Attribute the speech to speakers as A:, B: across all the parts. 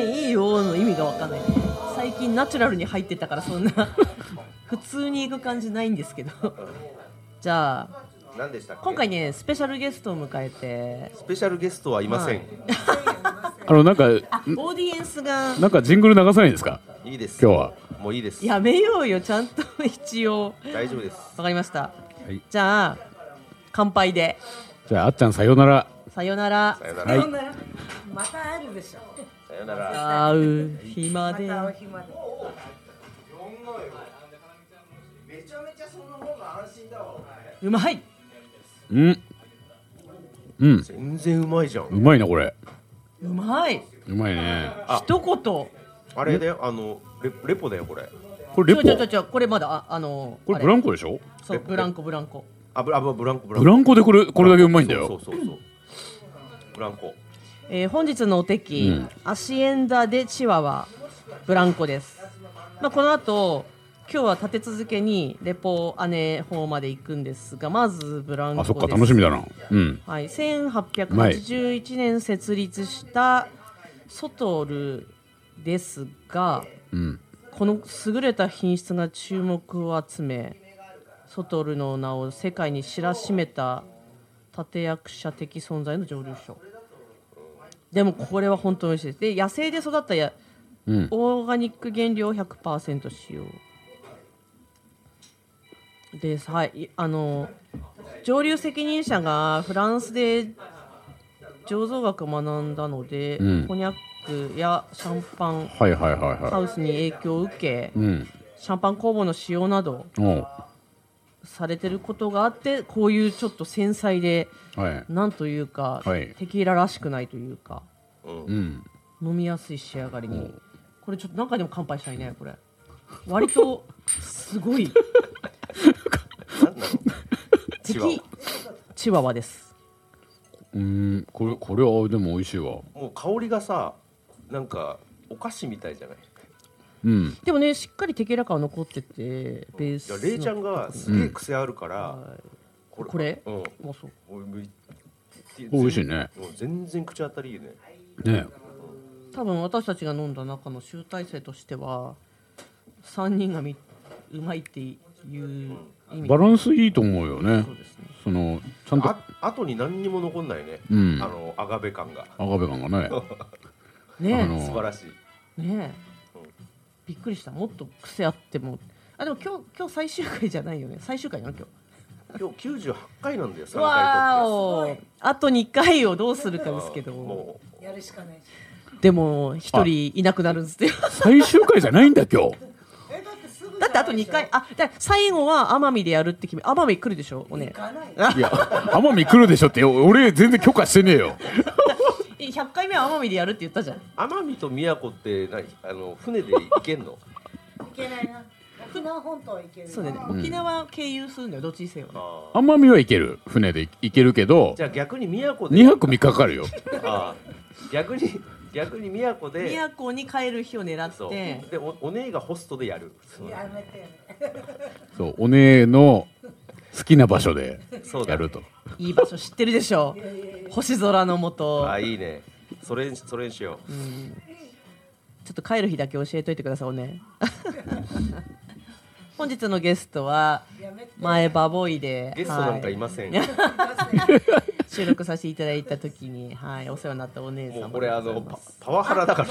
A: いいよの意味がわかんない最近ナチュラルに入ってたからそ んな普通に行く感じないんですけどじゃあ
B: 何でしたっけ
A: 今回ねスペシャルゲストを迎えて
B: スペシャルゲストはいません、
C: あのなんか
A: あオーディエンスが
C: なんかジングル流さないんですか
B: い、いです
C: 今日は
B: もういいです
A: やめようよちゃんと 一応
B: 大丈夫です
A: わかりました、
C: い
A: じゃあ乾杯で
C: じゃああっちゃんさようなら
A: さよなら
B: さよなら、
C: はい
D: また会えるでしょ。
B: さよなら
A: 会う日ま
D: ま
A: で
D: た会う日まで。
A: うまい
C: うん
B: 全然うまいじゃ
C: うんまいなこれ
A: うまいう
C: まいね
A: 一言
B: あれだよあのレレポだよこれ
C: こ
A: ち
C: れレ
A: ょ
C: ポ
A: ちょちょちょこれまだああの
C: こ
A: あ
C: れブラン
A: コ
C: コでしょ
A: そうブランコブランコ
B: あぶあぶブランコブラン
C: ブ
B: コ
C: ランコでこれこれだけうまいんだ
B: そ
C: よ
B: うそうそうそうブランコ
A: えー本日のお敵、
C: うん
A: アシエンダでチワワブランコです、まあ、この後今日は立て続けにレポ姉方まで行くんですがまずブランコ
C: あ
A: です
C: そっか楽しみだなうん
A: はい、1881年設立したソトルですが、
C: ん
A: この優れた品質が注目を集めソトルの名を世界に知らしめた立役者的存在の蒸留所でもこれは本当に美味しいですで野生で育ったや、
C: うん
A: オーガニック原料を100%使用ですはいいあの上流責任者がフランスで醸造学を学んだので、
C: うん
A: コニャックやシャンパン
C: はいはいはい
A: ハ
C: は
A: ウスに影響を受け、
C: いうん
A: シャンパン工房の使用など
C: おう
A: されてることがあってこういうちょっと繊細で
C: はい
A: なんというか、
C: はい
A: テキーラらしくないというか
C: うん
A: 飲みやすい仕上がりにこれちょっと何回でも乾杯したいねこれ割とすごい
B: なんなの
A: 敵
B: チワワ
A: チワワです
C: うんこれこれはでも美味しいわ
B: もう香りがさなんかお菓子みたいじゃない
C: うん
A: でもねしっかりテキーラ感は残っててベー
B: いや
A: ス
B: レイちゃんがすげえ癖あるから、こ
A: これ
B: うん
A: もそう
B: 俺むい
C: 美味しいね
B: もう全然口当たりいいね
C: ね
A: 多分私たちが飲んだ中の集大成としては3人がみうまいっていう意味
C: バランスいいと思うよね
A: そうですね
C: そのちゃんと
B: あ後に何にも残んないね、
C: うん
B: あのアガベ感が
C: アガベ感がねあ
A: ね
C: の
B: 素晴らしい
A: えねえびっくりしたもっと癖あってもあでも今日今日最終回じゃないよね最終回なの今日
B: 今日98回なんだよ3
A: わ
B: 回
A: ー
B: とっ
A: おあと2回をどうするかですけ
B: て
A: ど
B: も
D: やるしかない。
A: でも1人いなくなるんですよ
C: 最終回じゃないんだ今日
D: え、だってすぐじゃないでしょ。
A: だってあと2回あじゃあ最後は奄美でやるって決め奄美来るでしょおね
D: 行かない。
C: いや奄美来るでしょってお俺全然許可してねえよ
A: え100回目は奄美でやるって言ったじゃん
B: う奄美と宮古って何あの船で行けんの
D: 行けないな。沖縄本島は行けるな。
A: そうだよね
C: ん
A: 沖縄経由するんだよどっちにせよね
B: あー
C: 奄美は行ける船で行けるけど
B: じゃあ逆に宮古で
C: 2泊3日かかるよ
B: あー逆に逆に宮古で
A: 宮古に帰る日を狙
B: そ
A: っ
B: う
A: て
B: でおお姉がホストでやる
D: やめてよね。
C: そうお姉の好きな場所で
B: そうだ
C: やると
A: いい場所知ってるでしょ星空のもと
B: あいいねそれそれにしよう、
A: ちょっと帰る日だけ教えといてください ね本日のゲストは
D: やめて。
A: 前バボイで
B: ゲストなんかい
A: は
B: ません、
A: い収録させていただいた時に、はい、お世話になったお姉
B: も
A: さ
B: うんこれあのパパワハラ だから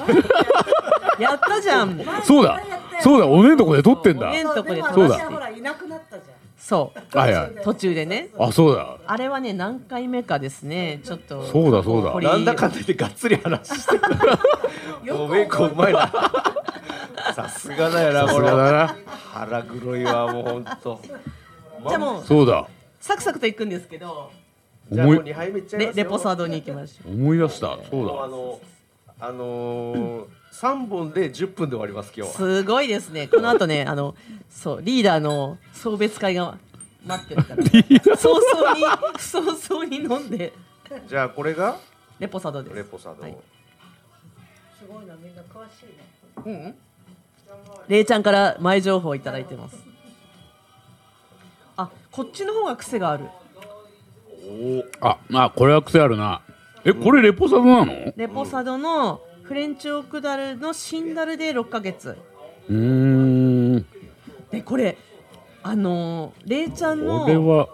A: やったじゃん
C: そうだそうだお姉のとこで撮ってん
A: お
C: だ
A: 姉のとこで
C: そう
D: 私
C: だ
D: はほらいなくなったじゃ
A: そう
C: はいはい
A: 途中でね
C: あそうだ
A: あれはね何回目かですねちょっと
C: そうだそうだ
A: 掘り
B: なんだかんだ言ってがっつり話してるもうメイクうまいなさすがだよな
C: さ
B: こ
C: す
B: れ
C: がだな
B: 腹黒いわもうほん と
A: じゃあもう
C: そうだ
A: サクサクといくんですけど
B: じゃあも
C: 思
B: う
C: い
B: 2杯目いっちゃいま
A: レ
B: すよ
A: レポサードに行きましょ
C: 思い出したそう
B: もうあ
C: だ
B: のあのー、3本で10分で終わります今
A: う
B: 日は
A: すごいですねこの後 ねあのそうリーダーの送別会が待ってるから早々に早々に飲んで
B: じゃあこれが
A: レポサードです
B: レポサード、
A: はい
D: ん。すごいなみんな詳しいね。
A: うんれいちゃんから前情報をいただいてますあこっちの方が癖がある
B: おお
C: あまあこれは癖あるなえこれレポサドなの
A: レポサドの「フレンチオークダルのシンダルで6ヶ月
C: うーん。
A: でこれあのーレイちゃん
C: これ
A: の
C: は、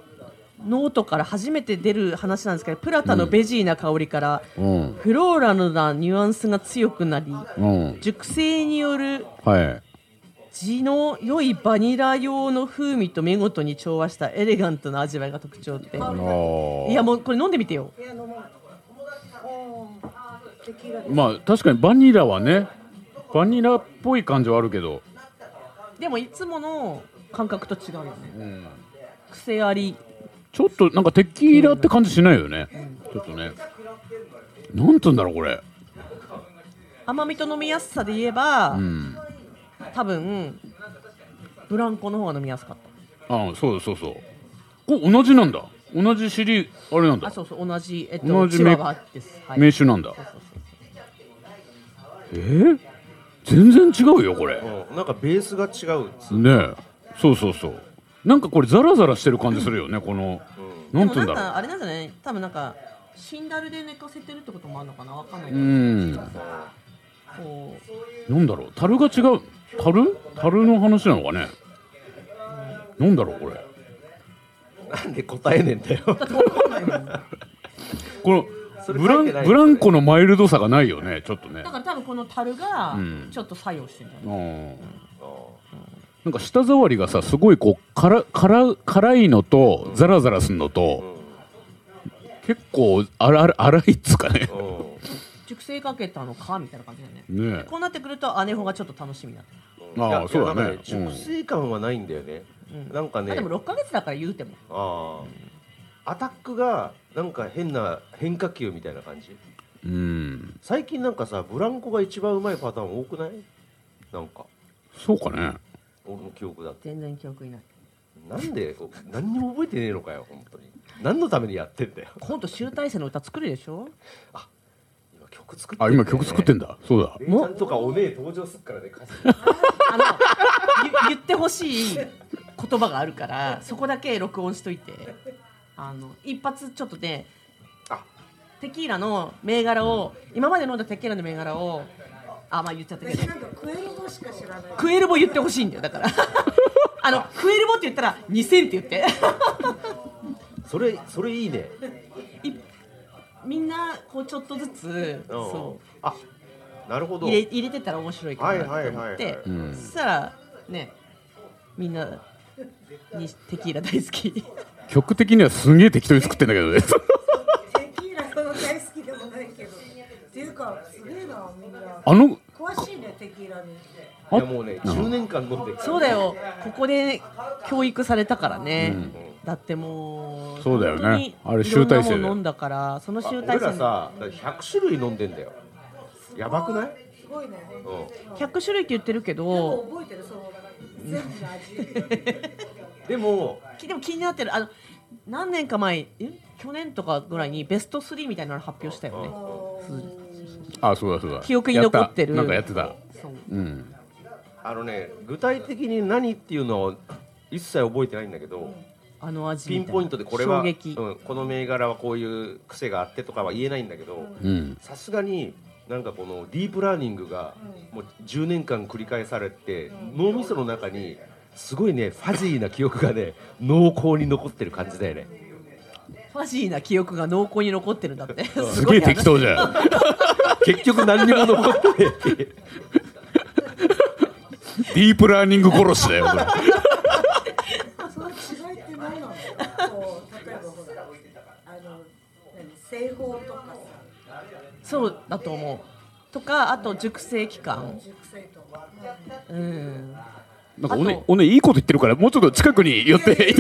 A: ノートから初めて出る話なんですけどプラタのベジーな香りから、
C: うん。
A: フローラルなニュアンスが強くなり
C: うん。
A: 熟成による
C: はい。
A: 地の良いバニラ用の風味と見事に調和したエレガントな味わいが特徴って
C: あ
A: い
C: ー
A: やもうこれ飲んでみてよ
D: いや飲まないおー敵が
C: まあ、確かにバニラはね、バニラっぽい感じはあるけど、
A: でもいつもの感覚と違うよね、癖あり
C: ちょっとなんかテキーラって感じしないよね。ちょっとね。なんつうんだろう、これ。
A: 甘みと飲みやすさで言えば、
C: うん。
A: 多分ブランコの方が飲みやすかっ
C: ああ、そうそうそう。これ同じなんだ。同じシリー、あれなん
A: たあ
C: だ。
A: そうそう同じえっと
C: 同じ
A: チ
C: め
A: ワワですはい
C: 名酒なんだ
A: そ。うそうそう
C: えー全然違うよ、これ。
B: うんなんかベースが違うっつう
C: ねえそうそうそうなんかこれザラザラしてる感じするよねこのなんて
A: でもなん
C: 言うんだろう
A: かあれなんじゃない多分なんかシンダルで寝かせてるってこともあるのかなわかんないうけど、
C: ん
A: こう
C: なんだろう樽が違う樽樽の話なのかねなんだろうこれ
B: なんで答えねえん だよ
C: この
B: それ
C: ブラ
B: 書いてないですよね
C: ンブランコのマイルドさがないよねちょっとね
A: だから多分この樽が
C: うん
A: ちょっと作用してるんじゃない、
C: うんなんか舌触りがさすごいこうからから辛いのとザラザラすんのと結構あらあら荒いっつうかね
B: うんうん
A: 熟成かけたのかみたいな感じだよね
C: ねえ
A: こうなってくると姉方がちょっと楽しみになってく
C: ああ
B: いや
C: そうだね
B: いやなんか
C: うん
B: 熟成感はないんだよね、
A: うん
B: なんか
A: る、
B: ね
A: あでも6ヶ月だから言うても
B: ああアタックがなんか変な変化球みたいな感じ
C: うん
B: 最近なんかさブランコが一番うまいパターン多くないなんか
C: そうかね
B: 俺の記憶だと
A: 全然記憶にない
B: なんでこう何にも覚えてねえのかよ本当に何のためにやってんだよ
A: 今度集大成の歌作るでしょ
B: 今曲作って
C: あ、今曲作ってん
B: だ
C: だ。そうだ。
B: レイちゃんとかお姉登場すっからね歌詞
A: あ のゆ言ってほしい言葉があるからそこだけ録音しといてあの一発ちょっとね
B: あ
A: テキーラの銘柄を、今まで飲んだテキーラの銘柄をあまあ言っちゃったけど
D: 私なんかクエルボしか知らない
A: クエルボ言ってほしいんだよだからあのクエルボって言ったら2000って言って
B: それそれいいね
A: いみんなこうちょっとずつ
B: うん
A: そう
B: あなるほど
A: 入れ入れてったら面白いかなと思って、
B: はいはいはいはい
C: うん
A: そしたらねみんなにテキーラ大好き。
C: 曲的にはすげえ適当に作ってんだけどね。
D: テキーラその大好きでもないけどっていうかすげえなみんな
C: あの、
D: 詳しいねテキーラに
B: いやもうね10年間飲んでる
A: そうだよここで教育されたからね、
C: うん
A: だってもう
C: そうだよね
A: 本当に
C: あれ集大成
A: いろ
C: で
A: んなもん飲んだからその集
B: 俺
A: 大成
B: ら
A: の
B: さ100種類飲んでんだよやばくない
D: すごいね
B: うん
A: 100種類って言ってるけ
D: も
A: ど
D: う覚えてるその全部の味
B: でも
A: きでも気になってるあの何年か前え去年とかぐらいにベスト3みたいなの発表したよね
D: もう
C: あ、そうだそうだ。
A: 記憶に残ってる
C: やったなんかやって
A: そう
C: た。うん。
B: あのね具体的に何っていうのを一切覚えてないんだけど
A: あの味み
B: ピ
A: たいな
B: ンポイントでこれは、
A: 衝撃、
B: うん、この銘柄はこういう癖があってとかは言えないんだけど
C: うん。
B: さすがになんかこのディープラーニングがもう10年間繰り返されて脳みその中にすごいねファジーな記憶がね濃厚に残ってる感じだよね
A: ファジーな記憶が濃厚に残ってるんだって
C: すげえ適当じ
A: ゃん
C: ゃん。
B: 結局何にも残ってねえっていう
C: ディープラーニング殺しだよ、これ。
D: その違いって何なのこう例えばほらあの何製法とかさ
A: そうだと思うとかあと熟成期間
D: 熟成とか
A: うん
C: なんかお
A: あ
C: ね
A: と、
C: おね、いいこと言ってるから、もうちょっと近くに寄って。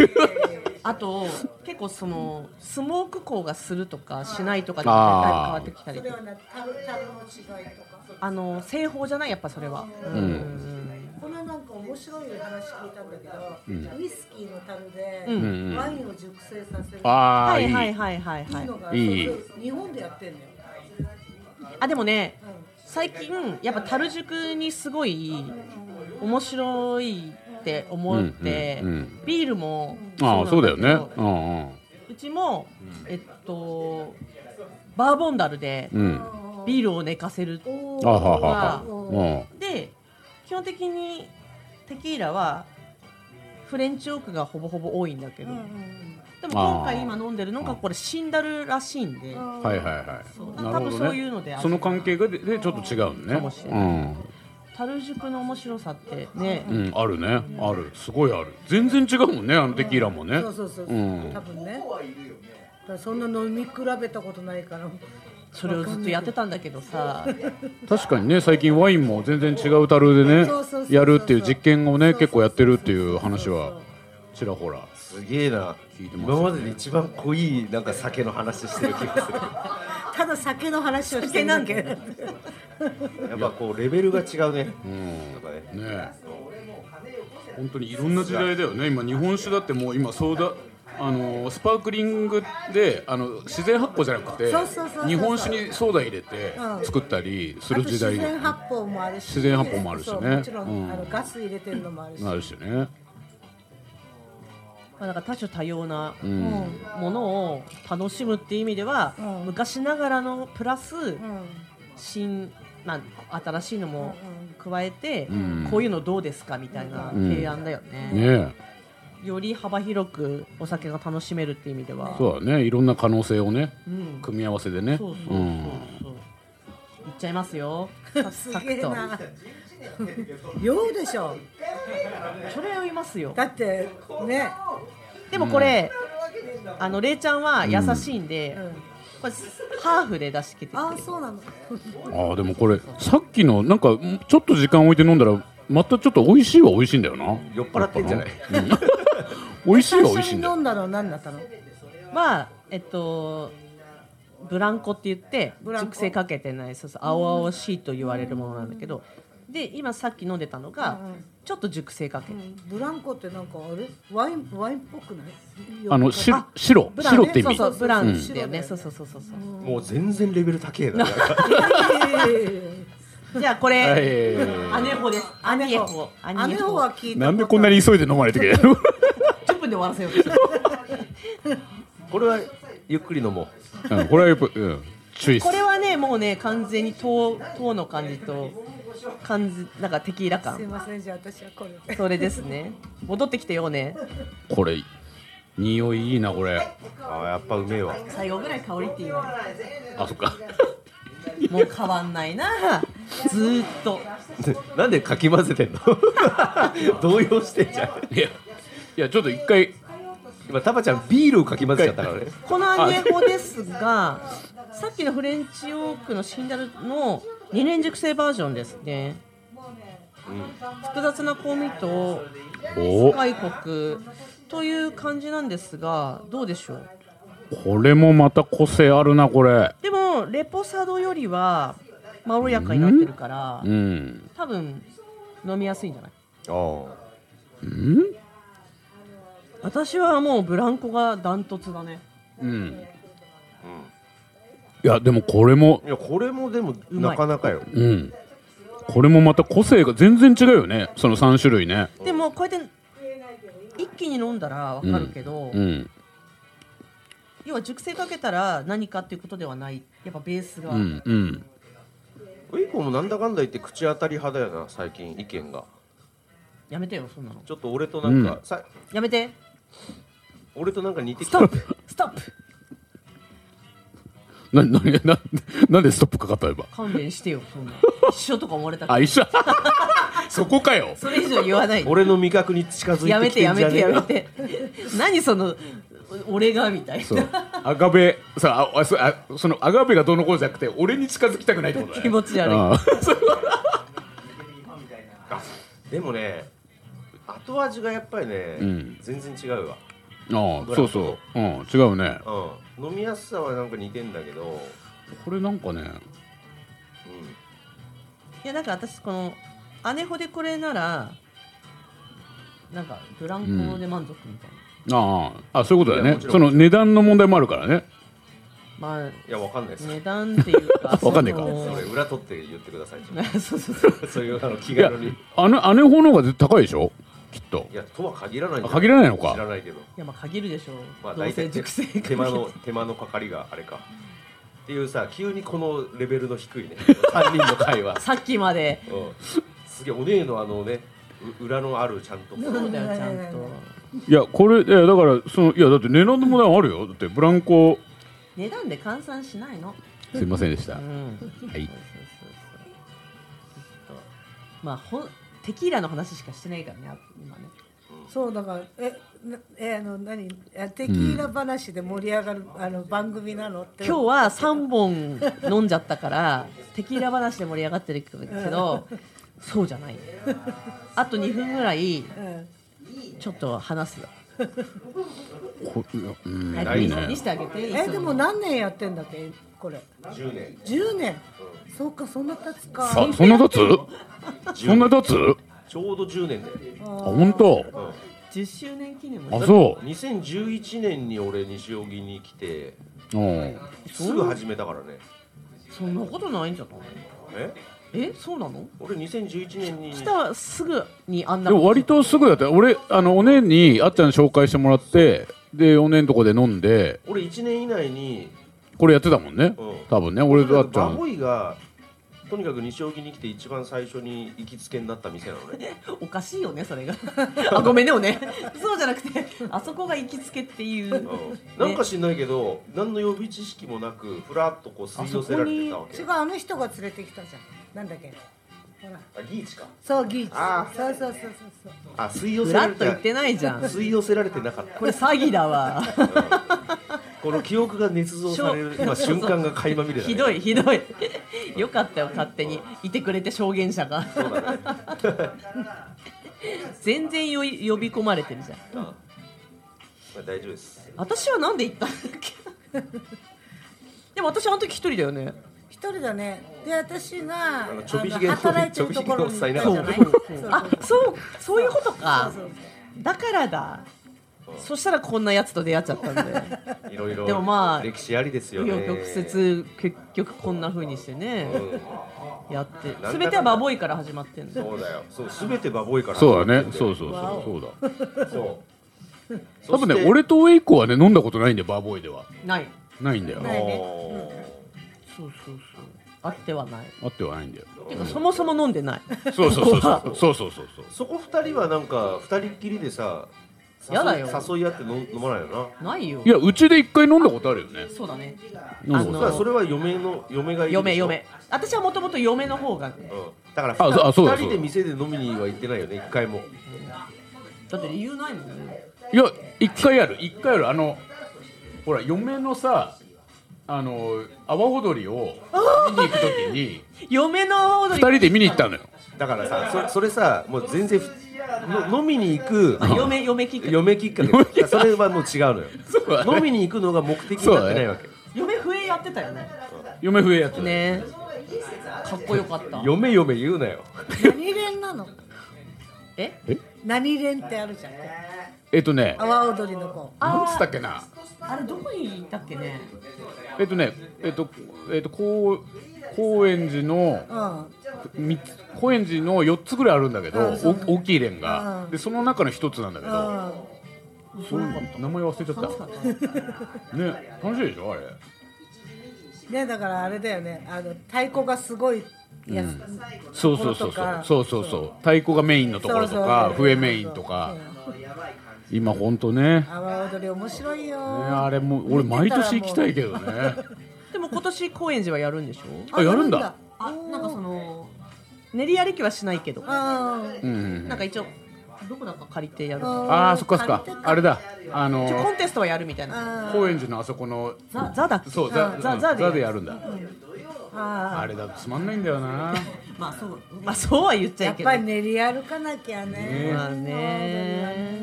A: あと結構そのスモーク香がするとかしないとかでだいぶ変
C: あ
A: わ
C: ー
A: ってきたり
D: それはな樽樽の違いとか
A: あの製法じゃないやっぱそれはうん、
D: このなんか面白い話聞いたんだけど、ウイスキーの樽で
A: うん
D: ワインを熟成させる、
C: あ
A: は
C: あ、
A: い
C: いい。
A: はいはいはいはい
D: いの
A: い
D: が
C: いい
D: それ日本でやってんのよ、
A: あでもね
D: うん
A: 最近やっぱ樽熟にすごい面白いって思って、
C: うんうんうん
A: ビールも
C: ああ、そうだよね
A: なんけ。
C: う
A: ど
C: んうん。
A: うちもえっとバーボンダルで
C: うん。
D: あ
A: ビールを寝かせる
D: お
C: あ
A: は
C: ははは。
A: で基本的にテキーラはフレンチオークがほぼほぼ多いんだけ
D: う
A: ど、
D: んうん
A: でも今回
C: あー
A: 今飲んでるのがこれシンダルらしいんで、
D: うん。
C: はいはいはい。
A: そう
C: な
A: 多
C: る
A: 分
C: ほ
A: そ
C: ど
A: ういうので
C: ね
A: あ。る
C: その関係がででちょっと違うね。
A: かもしれ
C: う。
A: なん樽熟の面白さってね、
C: うん、あるね。ある。すごいある。全然違うもんね、あのテキーラもね
D: そ。うそうそう。
C: うん
D: 多分ね。だからそんな飲み比べたことないから。
A: それをずっとやってたんだけどさ
C: 確かにね、最近ワインも全然違う樽でね
D: そうそうそう、そう
C: やるっていう実験を
D: そうそう
C: ね、
D: そう
C: 結構やってるっていう話は、ちらほら。
B: すげえな
C: 聞いてますよ
B: 今までで一番濃いなんか酒の話してる気がする
D: ただ酒の話をしてるだけど。
B: やっぱこうレベルが違うね。やっぱね
C: ね本当にいろんな時代だよね今日本酒だってもう今ソーダあのスパークリングであの自然発酵じゃなくて
D: そうそうそうそう
C: 日本酒にソーダ入れて
D: うん
C: 作ったりす
D: あと
C: る時代
D: 自然
C: が
D: 発泡もあるし。
C: 自然発泡もあるしね
D: そうもちろん、
C: うん
D: あのガス入れてるのもあるし。
C: あるしね
A: まあ、なんか多種多様な
C: うん
D: うん。
A: ものを楽しむっていう意味では、
D: うん
A: 昔ながらのプラス
D: うん。
A: 新、まあ、新しいのも加えて、
C: ん
A: こういうのどうですかみたいな提案だよね,、
C: ね
A: より幅広くお酒が楽しめるっていう意味では
C: そうだねいろんな可能性をね
A: うん
C: 組み合わせでね
A: そうそうそうそういっちゃいますよさ
D: す
A: サク
D: げえ
A: ッと
D: な。 酔うでしょ。
A: それを言いますよ
D: だってね。
A: でもこれ、あのれいちゃんは優しいんで、
D: うん。
A: これハーフで出してきてくれ
D: ああ
A: る
D: そうなの。
C: ああでもこれさっきのなんかちょっと時間置いて飲んだらまたちょっと美味しいは美味しいんだよな
B: 酔っ払ってんじゃない
C: 美味しいは美味し
D: 最
C: い
D: 初
C: ん
D: に
C: だよ
D: 飲んだのは何だったの？
A: はえっとブランコって言って
D: ブランコ
A: 熟成かけてないそうそう青々しいと言われるものなんだけど、で今さっき飲んでたのが、ちょっと熟成かけ、
D: ブランコってなんかあれワインワインっぽくない？
C: あの白白
A: ブラン
C: 白って意
A: そう
C: 味
A: そうブラン
D: うん
A: だよね、そうそうそうそうそう
B: もう全然レベル高えな。
A: じゃあこれ、
C: はいはいはいは
A: アネホですアネホア
D: アネホは聞いたこと
C: なんでこんなに急いで飲まれてくれる
A: 10分で終わらせようとしてる
B: これはゆっくり飲もう。
C: うん、これはやっぱ、うん、注意っす
A: これはねもうね完全に糖糖の感じと感じなんかテキーラ
D: すい
A: 感
D: ませんじゃあ私はこれ。
A: それですね戻ってきてよね
C: これ匂いいいなこれ
B: ああやっぱうめえわ。
A: 最後ぐらい香りっていうの
C: あそっか
A: もう変わんないなずーっと
B: なんでかき混ぜてんの？ 動揺してんじゃん。
C: いやいやちょっと一回
B: 今タバちゃんビールをかき混ぜちゃったからね。
A: このアニエホですがさっきのフレンチオークのシンダルの2年熟成バージョンですね、複雑な香味と
C: お
A: 外国という感じなんですがどうでしょう
C: これもまた個性あるなこれ
A: でもレポサドよりはまろやかになってるから
C: うん
A: 多分飲みやすいんじゃない
B: ああ。
A: 私はもうブランコがダントツだね
C: うんいやでもこれも
B: いやこれもでも
A: うま
B: ないかなかよ。
C: うんこれもまた個性が全然違うよねその3種類ね
A: でもこうやって一気に飲んだら分かるけど、
C: うん
A: 要は熟成かけたら何かっていうことではないやっぱベースが、
C: うんうん
B: ウイコもなんだかんだ言って口当たり派だよな最近意見が。
A: やめてよそんなの
B: ちょっと俺となんか、
C: うん
B: さ
A: やめて
B: 俺となんか似てき
A: ス
B: た
A: トップストップ
C: ななななんでストップかかった今
A: 勘弁してよそんな一緒とか思われた
C: あ
A: ら
C: 一緒 そこかよ
A: それ以上言わない
B: 俺の味覚に近づ
A: や
B: い
A: めて
B: てきて
A: や
B: んじ
A: め
B: ゃ
A: て
B: ねえ
A: やめ
B: か
A: て何そのお俺がみたい
C: そう
A: な
C: アガベさああそあそのアガベがどうのこうじゃなくて俺に近づきたくないってことだ
A: 気
C: ね
A: 持ち悪い
C: ああ
B: でもね後味がやっぱりね、
C: うん
B: 全然違うわ、
C: ああ
B: ブラック
C: そうそう、うん、違うね
B: うん、飲みやすさはなんか似てんだけど、
C: これなんかね
A: いやなんか私この姉ほでこれならなんかブランコで満足みたいな、
C: あああそういうことだ
B: いや
C: ね
B: もちろん
C: その値段の問題もあるからね
A: まあ
B: いやわかんないです、
A: 値段っていうか
C: わかんねえか
A: そ
B: そ
A: の
B: れ裏取って言ってください
A: そうそうそう
B: そういうあの気
C: いや
B: 軽にい
C: あの姉方の方が高いでしょきっと
B: やとは限らないんじゃ
C: あ限らないのか
B: 知らないけど
A: いやまあ限るでしょう、
B: まあ
A: どう
B: 大
A: せ
B: 体
A: 熟成かけ
B: 手間の手間のかかりがあれかっていうさ急にこのレベルの低い ね3人の会話、
A: さっきまで
B: うん、すげえお姉のあのねう裏のあるちゃんと
A: そうだよちゃんと
C: いやこれいやだからそのいやだって値段の問題あるよだってブランコ
A: 値段で換算しないの
C: すいませんでした、
A: う
C: は
A: んそうそうそう
C: い
A: そうまあほんテキーラの話しかしてないからね今ね
D: そうだからえなえあの何えテキーラ話で盛り上がる、あの番組なのって
A: 今日は3本飲んじゃったからテキーラ話で盛り上がってるけどそうじゃないあと2分ぐらい
D: うん
A: ちょっと話す
C: こいやうん
A: 早く
C: いい
A: 見
C: ね
A: せてあげて
D: えでも何年やってんだっけこれ
B: 10年
D: 10年そうかそんな経つか
C: あそん な立つそんな立つ
B: ちょうど10年だよ
C: あ本当
A: 10周年記念も
C: あそ
B: 2011年に俺西荻に来て
C: ううん
B: すぐ始めたからね
A: そんなことないんじゃない
B: え
A: えそうなの
B: 俺2011年に
A: 来たすぐにあんな
C: でも割とすぐだったよ俺あのおねんにあっちゃんに紹介してもらってでおねんとこで飲んで
B: 俺1年以内に
C: これやってたもんね、
B: うん
C: 多分ね俺とあっちゃ
B: バ
C: ん
B: ボイがとにかく西荻に来て一番最初に行きつけになった店なのね
A: おかしいよねそれ があごめんねおねそうじゃなくてあそこが行きつけっていう
B: うんなんか知んないけど何の予備知識もなくふらっとこう吸い寄せられてたわけ
D: 違うあの人が連れてきたじゃんなんだっけほら
B: あリーチか
D: そうギーチ
B: あ
D: そうそうそうそう
B: あ吸い寄
A: フ
B: せ
A: ラ
B: られ
A: ッと
B: て
A: 言ってないじゃん
B: 吸い寄せられてなかった
A: これ詐欺だ わ
B: この記憶が捏造される今瞬間が垣間見れたね
A: ひどいひ どいよかったよ勝手にいてくれて証言者が
B: そうだね
A: 全然よい呼び込まれてるじゃん
B: うんまあ大丈夫です
A: 私はなんで行ったんだっけ でも私あの時一人だよね
D: 一人だねで私が
B: あ
D: あ
B: の
D: の
B: ちょびひげの
D: 働いてるところに行ったじゃない
B: ちょび
A: あそうそういうことかだからだそしたらこんなやつと出会っちゃったんで
B: いろいろ
A: でもまあ
B: 歴史ありですよ
A: 紆
B: ね
A: 余曲折結局こんな風にしてね
B: うん
A: やって
B: だかんだ
A: 全てはバボイから始まってんの
B: そうだよそう全てバボイから
C: そうだねそうそう
D: わお
C: そうそうだ
B: そう
C: 多分ね
B: そして
C: 俺と上以降はね飲んだことないんでバーボーイでは
A: ない
C: ないんだよ
D: ないね
A: そうそうそうあってはない
C: あってはないんだよ
A: てかそもそも飲んでない
C: そうそうそうそうそうそうそうそう
B: そこ二人はなんか二人っきりでさ誘い
A: やだよ
B: 誘い合って飲飲まないよな
A: ないよ
C: いやうちで一回飲んだことあるよね
A: そうだね
C: 飲んだ
A: あ
C: こ
B: そ
A: の
B: し
C: と
B: たらそれは嫁の嫁がいる
A: 嫁
B: でしょ
A: 嫁私はもともと嫁の方がね
B: うんだから
C: あそうあそうだ
B: 二人で店で飲みには行ってないよね一回も
A: だって理由ないもんね
C: いや一回やる一回やるあのほら嫁のさあの阿波踊りを見に行くときに
A: 嫁の方
C: 二
A: に
C: 人で見に行ったのよ
B: だからさそそれさもう全然ふの飲みに行く
A: あ嫁嫁きっかけ
B: 嫁きっかけだからそれはもう違うのよ
C: そうだね
B: 飲みに行くのが目的になってないわけ
A: 嫁笛やってたよね
C: 嫁増えやつ、
A: ねかっこよかった
B: 嫁嫁言うなよ
D: 何連なの
A: え
D: 何連ってあるじゃん
C: えっとね
D: 阿波踊りの子
C: なん
A: あ
C: つったっけな
A: あれどこにいたっけね
C: えっとねえっとえっとこう高円寺の
D: うん
C: 三つ高円寺の4つぐらいあるんだけど
D: うんそう
C: お大きいレンが
D: うん
C: でその中の一つなんだけど
D: う
C: そう名前忘れちゃったね楽しいでしょあれ
D: んねだからあれだよねあの太鼓がすごいやつ、
C: そうそうそう
D: ところとか
C: そうそうそうそう太鼓がメインのところとか笛メインとか今ほんとねね
D: 阿波踊り面白いよ、
C: あれも俺毎年行きたいけどね
A: でも今年高円寺はやるんでしょ
C: あやるんだ
A: あなんかその練り歩きはしないけど
D: あー
C: うん
A: なんか一応どこだか借りてやる
D: あー
C: ああそっかそっかあれだあの
A: 一応
C: ー
A: コンテストはやるみたいな
D: あー
C: 高円寺のあそこの
A: ザザだっけ
C: そうザ
A: ザ
C: うん
A: ザで
C: ザでやるんだ
D: あ
C: あれだとつまんないんだよな
A: まあそうまあそうは言っ
D: ー
A: ちゃ
D: や
A: い
D: っ
A: けな
D: ぱ
A: い
D: り練り歩かなきゃね
A: まあね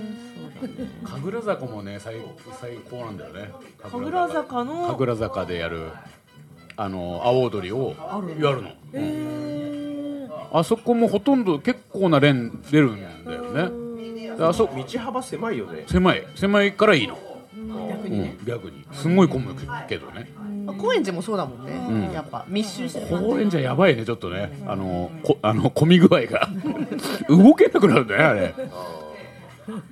A: そうだね
C: 神楽坂もね最最高なんだよね
A: 神楽坂の
C: 神楽坂でやるあの阿波踊りをやるのうんあそこもほとんど結構な連出るんだよねであそ
B: 道幅狭いよね
C: 狭い狭いからいいの、
A: 逆
C: う
A: にね
C: ん、逆にすんごい混むけどね
A: まあ高円寺もそうだもんね、やっぱ密集してる感じ
C: 高円寺はやばいねちょっとねあの こあの混み具合が動けなくなるんだよねあれ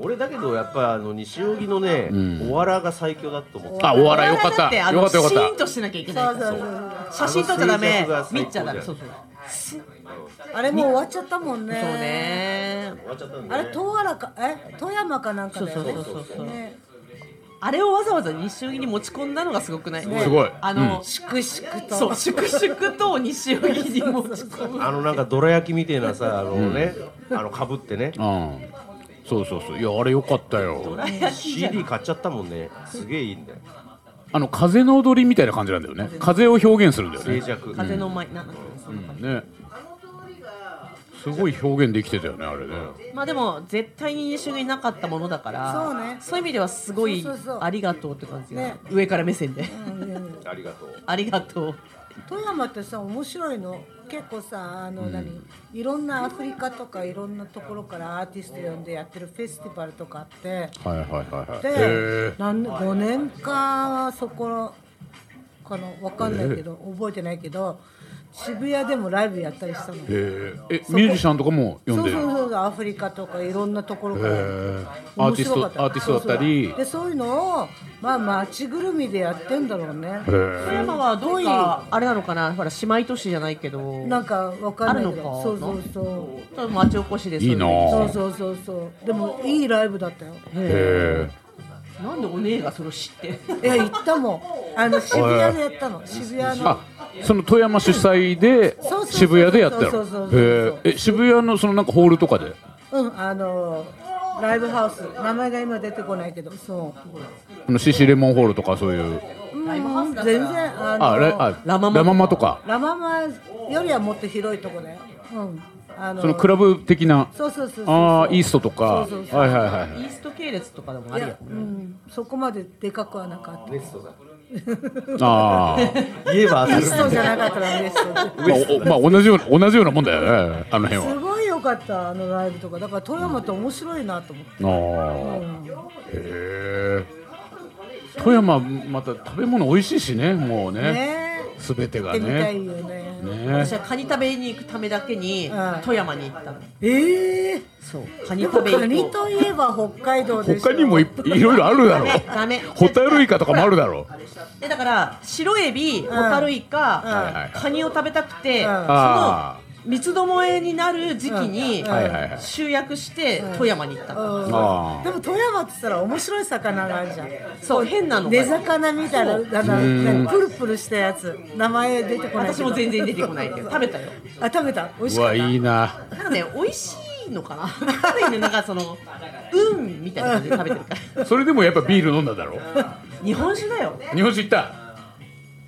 B: 俺だけどやっぱあの西荻のね、おわらが最強だと思って
C: あお笑いよかった
A: てあの
C: よかったよかっ
A: シーン
C: た
A: としてなきゃいけないから
D: そうそうそう
A: 写真撮っちゃダメ
B: あの静寂が最高じゃん
A: 見ちゃダメそうそうそ
D: あれもう終わっちゃったもんね
A: うね
B: 終わっちゃったんだ
D: あ
B: よ
D: れ
B: ね
D: 遠原かえ富山かなんかだよね
A: そうそうそうそうそう
D: ね
A: あれをわざわざ西荻に持ち込んだのがすごくないす
C: すごい
A: あの、粛々とそう粛々と西荻に持ち込む
B: あのなんかどら焼きみたいなさあのね、あのかぶってね
C: うんそうそうそういやあれよかったよ
B: CD 買っちゃったもんねすげえいいんだよ
C: あの風の踊りみたいな感じなんだよね風を表現するんだよ
B: 静
C: ね
B: 寂
A: 風の舞なんだっけそんな感じ
C: ねすごい表現できてたよねあれね
A: まあでも絶対に西荻になかったものだから
D: そうね
A: いう意味ではすごい
D: そうそうそう
A: ありがとうって感じが、
D: ね
A: 上から目線で
B: ありがとう
A: ありがとう
D: 富山ってさ面白いの結構さあの何、いろんなアフリカとかいろんなところからアーティスト呼んでやってるフェスティバルとかあって
C: はいはいはいはい
D: で
C: へ
D: なん5年間はそこのかなわかんないけど覚えてないけど渋谷でもライブやったりしたの。
C: えへええミュージシャンとかも呼ん
D: そう
C: で
D: そ
C: る
D: うそうそうアフリカとかいろんなところから
C: へえ
D: 面白かった
C: アーティストアーティストだったり
D: そうそうでそういうのをまあ街ぐるみでやってんだろうね
A: 富山はどういうあれなのかなほら姉妹都市じゃないけど
D: なんかわかんないけ
A: あるの
D: ど
A: か
D: そうそうそう
A: ちょっと町おこしです
C: いいなあ
D: そうそうそうそう。でもいいライブだったよ。
C: へえ
A: なんでお姉がそれを知って
D: いや行ったもん。あの渋谷でやったの。渋谷の
C: あその富山主催で
D: そうそうそう
C: 渋谷でやったの
D: そうそうそうそう
C: へええ渋谷のそのなんかホールとかで
D: うんあのライブハウス名前が今出てこないけどそう。
C: あのシシレモンホールとかそういう
D: うん全然あの
C: あラあ
A: ラママ
C: ラママとか
D: ラママよりはもっと広いとこだよ。うんあの
C: そのクラブ的な
D: そうそうそうそう。
C: ああイーストとか
D: そうそうそう
C: はいはいはい
A: イースト系列とかでもあるよ
D: うんそこまででかくはなかった。
B: ネストだ
C: ああ
B: 言えば当た
D: イー
B: る
D: ストじゃなかったら嬉しい。
C: まあおまあ同じような同じようなもんだよねあの辺
D: すごい良かったあのライブとかだから富山って面白いなと思って。
C: はああへえ富山また食べ物美味しいしねもうね
D: ね
C: すべて
D: 行っ
C: が
D: てみたい
C: ね
D: よね。
C: ね
A: 私はカニ食べに行くためだけに
D: うん
A: 富山に行ったの
D: ええー。
A: そうカニ
D: でも
A: 食べ
D: カ
A: に行
D: ニ
A: こう
D: といえば北海道でしょ
C: 他にもいっぱいいろいろあるだろう
A: ダメダメ
C: ホタルイカとかもあるだろう
A: でだから白エビホタルイ
C: いはいは
A: カ
C: い
A: カニを食べたくてその
C: あ
A: 三つどもえになる時期に
C: はいはいはい
A: 集約して富山に行ったの
D: うん
C: あ
D: でも富山って言ったら面白い魚があるじゃん
A: そう変なのが
D: 根魚みたいなあのプルプルしたやつ名前出てこないけ
A: 私
D: ど
A: も全然出てこないけど食べたよ
D: あ食べた美味
C: う
D: しかっ
C: わ
D: た
C: いいな
A: なんかね美味しいのかな多分ねなんかそのうんみたいな感じで食べてるから
C: それでもやっぱビール飲んだだろう
A: 日本酒だよ
C: 日本酒行った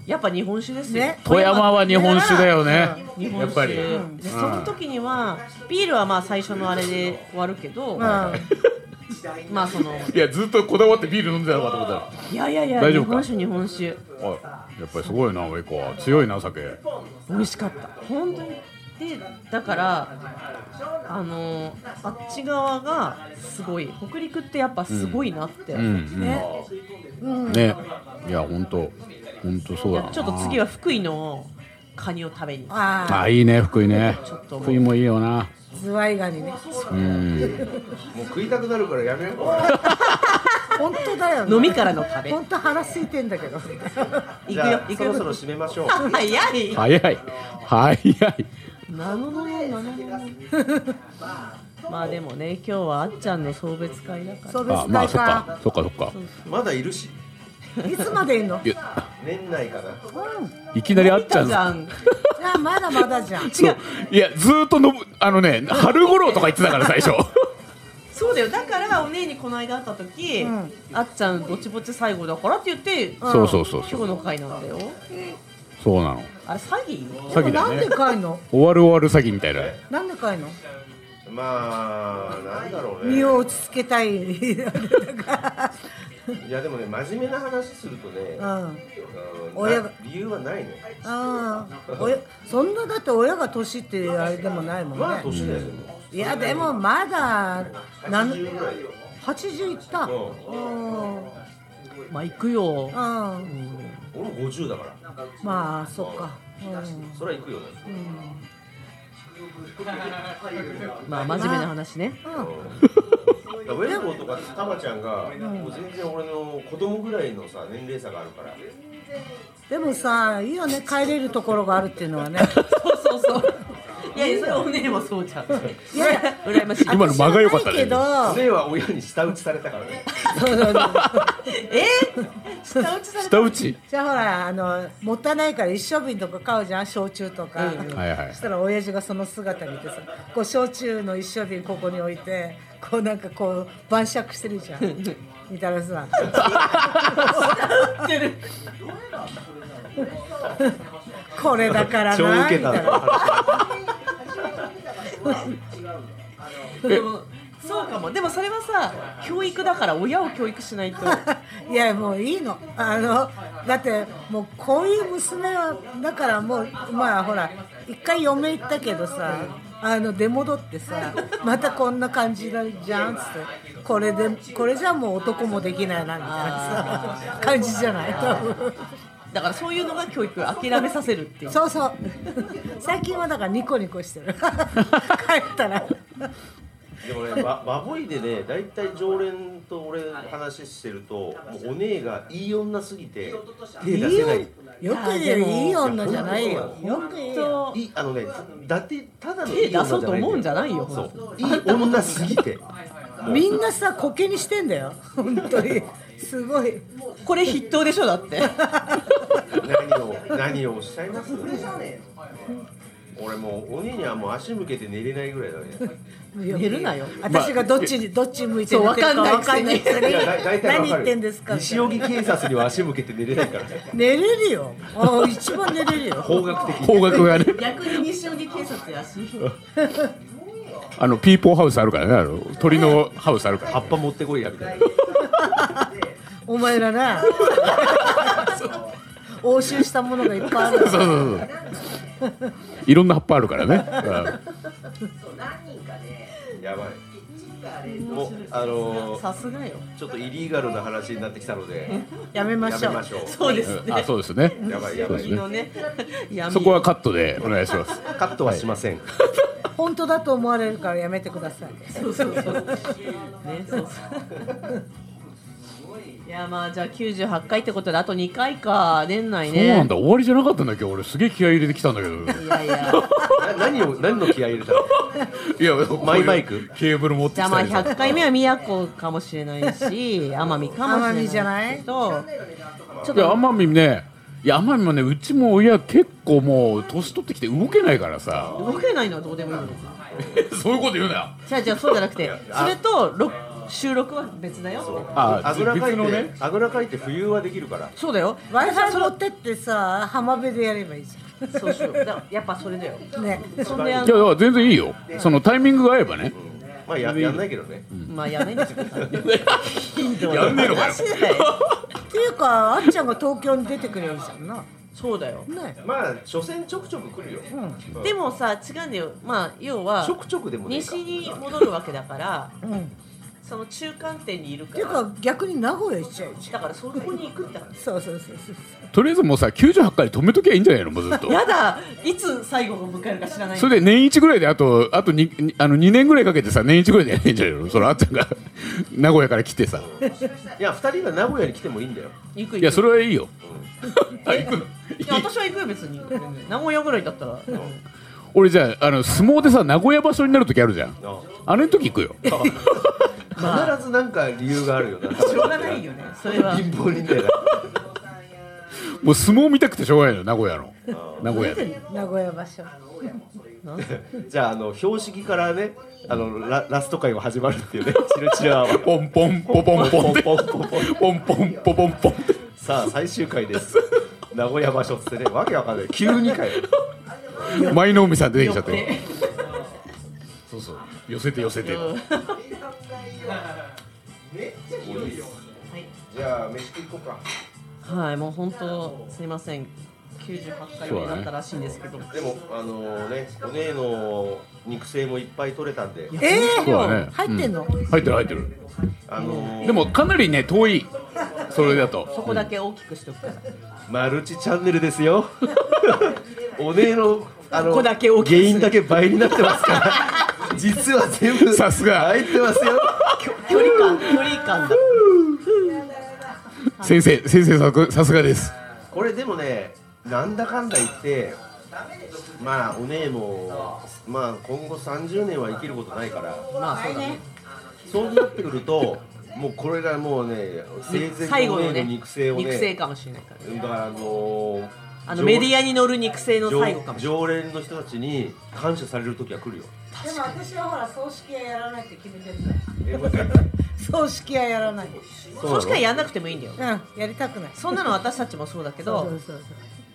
A: やっぱ日本酒ですよ、
D: ね
C: 富山は日本酒だよね
A: 日本酒
C: やっぱり
A: でその時にはビールはまあ最初のあれで終わるけど、まあその
C: いやずっとこだわってビール飲んでたのかと思ったら
A: いやいやいや
C: 大
A: 日
C: 丈夫か
A: 本酒日本酒
C: あやっぱりすごいな上子は強いな酒
A: 美味しかった本当にでだからあのーあっち側がすごい北陸ってやっぱすごいなって、
C: うんうん
D: ね
C: ねいや本当本当そうだな
A: ちょっと次は福井のカニを食べに
D: ああ
C: あいいね福井ね
A: ちょっと
C: 福井もいいよな
D: ズワイガニね
B: もう食いたくなるからやめよう
D: 本当だよね
A: 飲みからの食べ
D: 本当腹空いてんだけ どは
A: 行く
B: じ
A: よ
B: ゃあ
A: 行く
B: そろそろ
A: よ
B: 締めましょう
A: 早 い
C: 早い早い
A: なののねなののね まあでもね今日はあっちゃんの送別会だから
D: 送別
C: あまあ
D: 会
C: そっ
D: か
C: かそっかそっか
B: まだいるし
D: いつまでいんの
C: いや
B: 年内かない
C: きなりあっちゃ
A: あっ
C: ん
A: ちゃん
D: じゃあまだまだじゃん
C: そういやずーっとのぶあのね春頃とか言ってたから最初
A: そうだよだからお姉にこの間会った時、あっちゃんぼちぼち最後だからって言って
C: そうそうそうそ
A: 今
C: う
A: 日の会なんだよ
C: そうなの
A: あれ詐欺
C: 詐欺
D: な
C: だ
D: ん
C: ね
D: でかいの
C: 終わる終わる詐欺みたいな
D: なんでかいの
B: まあなんだろうね
D: 身を落ち着けたい だか
B: いやでもね真面目な話するとね、
D: らうん
B: うん
D: 親が
B: 理由はないね
D: ああ親そんなだって親が年っていうあれでもないもん
B: まあ
D: ね
B: 年だよ、ね
D: いやでもまだなん
B: 10ぐらいよ
D: 80いった
B: う
D: う
A: まあ行くよ
D: んうん
B: 俺も50だから
D: まあそっかうん
B: それは行くよね、
A: まあ真面目な話ね
D: うん
B: ウェルボーとかタマちゃんが、もう全然俺の子供ぐらいのさ年齢差があるから
D: でもさいいよね帰れるところがあるっていうのはね
A: そうそうそう いやいやそれお姉もそうじ ゃん
D: いやいや
A: 羨ましい
C: 今の間が良かったね
D: 私はない
B: 俺は親に舌打ちされたからね
D: けどそうそうそう
A: えー、下打ちされた
C: 下打ち
D: じゃあほらあのもったいないから一升瓶とか買うじゃん焼酎とか、
C: はいはい
D: そしたら親父がその姿見てさこう焼酎の一升瓶ここに置いてこうなんかこう晩酌してるじゃん みたいなさ
A: 打ってる
D: これだから
B: 超
D: な
B: ウ
D: み
B: ケ
D: たい
B: た
D: な
B: の
A: でもそうかもでもそれはさ教育だから親を教育しないと
D: いやもういいのあのだってもうこういう娘はだからもうまあほら一回嫁行ったけどさあの出戻ってさまたこんな感じだじゃんっつってこれでこれじゃもう男もできないなみたいなさ感じじゃない多分
A: だからそういうのが教育諦めさせるっていう
D: そうそう最近はだからニコニコしてる帰ったら
B: でもねババボイでね大体常連と俺話してるともうお姉がいい女すぎて手出せない
D: よく言ういい女じゃないよよく言うよ
B: いいあのねだってただのい
A: 手
B: い
A: 出
B: 女
A: そうと思うんじゃないいよ
B: そ
A: 本
B: ういい女すぎて
D: みんなさコケにしてんだよ本当にすごい。
A: 当これ筆頭でしょだって
B: 何を何をおっしゃいます俺もうお兄にはもう足向けて寝れないぐらいだね
A: 寝るなよ
D: 私がどっちに、どっち向いて寝てるかわかんないくせに
B: いやだ大体わか
D: 何
B: る
D: 言ってんですかみたい
B: 西
D: な
B: 荻警察には足向けて寝れない からね
D: 寝れるよあ一番寝れるよ
B: 方角的に
C: 方角がね
A: 逆に西荻警察やし
C: あのピーポーハウスあるからねあの鳥のハウスあるから、
B: 葉っぱ持ってこいやみたいな
D: お前らな押収したものがいっぱいある
C: そうそうそういろんな葉っぱあるからね、
B: やばいもうあのー
A: さすがよ
B: ちょっとイリーガルな話になってきたので
D: やめま
B: や
D: し
B: め
D: ょう
B: ましょう
A: そうです
C: うんあそうですね
B: やばいやばい
A: 右のね闇
C: そこはカットでお願いします
B: カットはしません、
D: 本当だと思われるからやめてください
A: そうそうそうねそうそういやまあじゃあ98回ってことであと2回か年内
C: そう
A: ね
C: なんだ終わりじゃなかったんだけど俺すげえ気合い入れてきたんだけど
A: いやいや
B: な何を何の気合い入れたの
C: いやこういう
B: マイバイク
C: ケーブル持ってき
A: じゃ
C: た
A: あまあ
C: りとか
A: 100回目は宮古かもしれないし奄美かもしれない
D: 奄美じゃない
A: とちょっ
C: いや
A: と
C: 奄美ねいや奄美もねうちも親結構もう年取ってきて動けないからさ
A: 動けないのはどうでもいいのか
C: そういうこと言うなよ
A: じゃあじゃあそうじゃなくてそれとろ収録は別だよ
C: あ
B: あぐらかい
C: 別の
B: て、
C: ね
B: あぐらかいて冬はできるから
A: そうだよ
D: w i f i 持ってってさ浜辺でやればいいじ
A: そうしようだからやっぱそれだよ
D: ゃんね
A: そんであ
C: いや
A: の
C: だから全然いいよそのタイミングが合えばね
B: まあややんないけどね
A: まあやめんですけど
C: やんねえのかよ
D: っていうかあっちゃんが東京に出てくれるじゃんな
A: そうだよ
D: ね
B: まあ所詮ちょくちょく来るよ、
A: でもさ違うんだよまあ要は
B: ちょくちょくでもねえか
A: 西に戻るわけだから
D: うんっ
A: その中間点にいる
D: て
A: か
D: いう
A: ら
D: か逆に名古屋行っちゃうじ
A: だからそこに行くって
D: ゃん
A: 話
D: そうそうそうそう
C: とりあえずもうさ98回止めときゃいいんじゃないのもうず っと
A: やだいつ最後を迎えるか知らない
C: それで年一ぐらいであとあと 2, あの2年ぐらいかけてさ年一ぐらいでやれんじゃないのそのあっちゃんが名古屋から来てさ
B: いや2人が名古屋に来てもいいんだよ
A: 行く
C: い
A: 行
C: や
A: く
C: それはいいよあ行くの
A: いや私は行くよ別に全然名古屋ぐらいだったら
C: 俺じゃああの相撲でさ名古屋場所になる時あるじゃん
B: あ
C: あれの時行くよ
B: あ必ずなんか理由があるよな
A: しょうがないよねそれは
B: 貧乏人だよ
C: もう相撲見たくてしょうがないの名古屋の名古屋で
D: 名古屋場所
B: なじゃああの標識からねあのララスト回は始まるっていうねチルチルアワー
C: ポンポンポポンポンって
B: ポ
C: ポ
B: ン
C: ン
B: ポンポン
C: ポンポポンポンって
B: さあ最終回です名古屋場所っつってねわけわかんない急にかよ
C: 舞の海さん出てきちゃっ
A: 寄って
C: てそうそう寄せて寄せて
B: じゃあ飯食いこうか
A: はいもう本当すいません98回目だったらしいんですけど、
B: でもあのねお姉の肉声もいっぱい取れたんで
D: ええ
C: そうだね
D: 入ってんの、
C: 入ってる入ってる
B: あの
C: でもかなりね遠いそれだ
A: そ
C: と
A: こだけ大きくしとくから、
B: マルチチャンネルですよ お姉のあの
A: ここだけ大きくす
B: 原
A: る
B: 因だけ倍になってますから実は全部
C: さすが
B: 入ってますよ
A: 距離感距離感だ
C: 先生先生さくさすがです
B: これでもねなんだかんだ言ってまあお姉もまあ今後30年は生きることないから
A: まあそうだね
B: そうなってくるともうこれがもうね生前
A: 最
B: の
A: 後
B: お姉
A: の
B: の
A: ね
B: 肉声をね
A: 肉声かもしれないから
B: だからあのー
A: あのメディアに乗る肉声の
B: 常
A: 最後かもしれない
B: 常連の人たちに感謝される時は来 るよ
D: でも私はほら葬式はやらないって決めてるから葬式はやらない
B: そう
A: そ
B: なの
A: しかやんなくてもいいんだよ
D: うんやりたくない
A: そんなの私たちもそうだけど
D: そうそうそう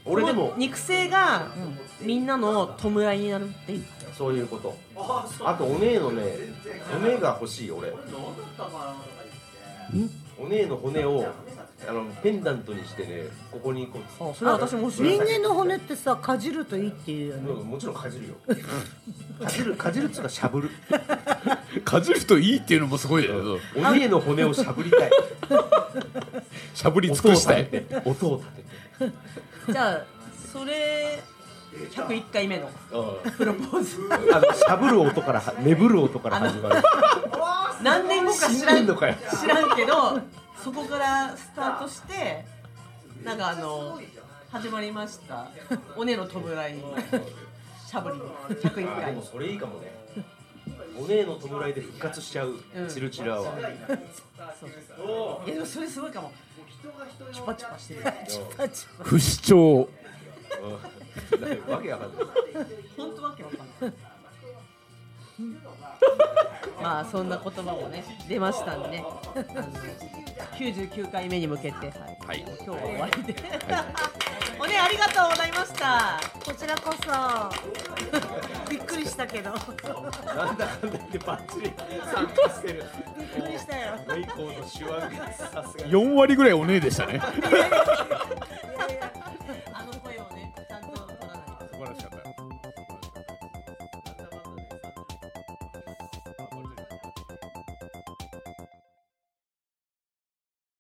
B: 俺でも
A: 肉声がみんなの弔いになるっていう
B: そういうことあとお姉のね骨が欲しい俺お姉の骨をあのペンダントにしてねここにこう
A: あそれは私も欲しい
D: 人間の骨ってさかじるといいっていうよね
B: うんもちろんかじるよかじるかじるっつうかしゃぶる
C: かじるといいっていうのもすごいだけど
B: お姉の骨をしゃぶりたい
C: しゃぶり尽くしたい
B: 音を立てて
A: じゃあそれ101回目のプロポーズ
B: あのしゃぶる音からは眠る音から始ま る
A: 何年後か知ら
B: 死んで
A: ん
B: んのかよ
A: 知らんけどそこからスタートしてなんかあの始まりましたおねの弔い のしゃぶり101
B: あで
A: 回
B: もそれいいかもねお姉の弔いで復活しちゃう、
A: うん
B: チルチラは、
A: いやでもそれすごいかもチュパチュパしてる
D: パチパ
C: 不死鳥
B: うんわけわかんない
A: 本当わけわかんないまあそんな言葉もね出ましたんでねあの99回目に向けて、はい
C: はい
A: 今日は終わりで、 おねありがとうございました
D: こちらこそ びっくりしたけど
B: なんだかんだ言ってバッチリ参加してる
D: びっくりしたよ
B: メイコーの手腕がさすが
C: 4割ぐらいおねえでしたね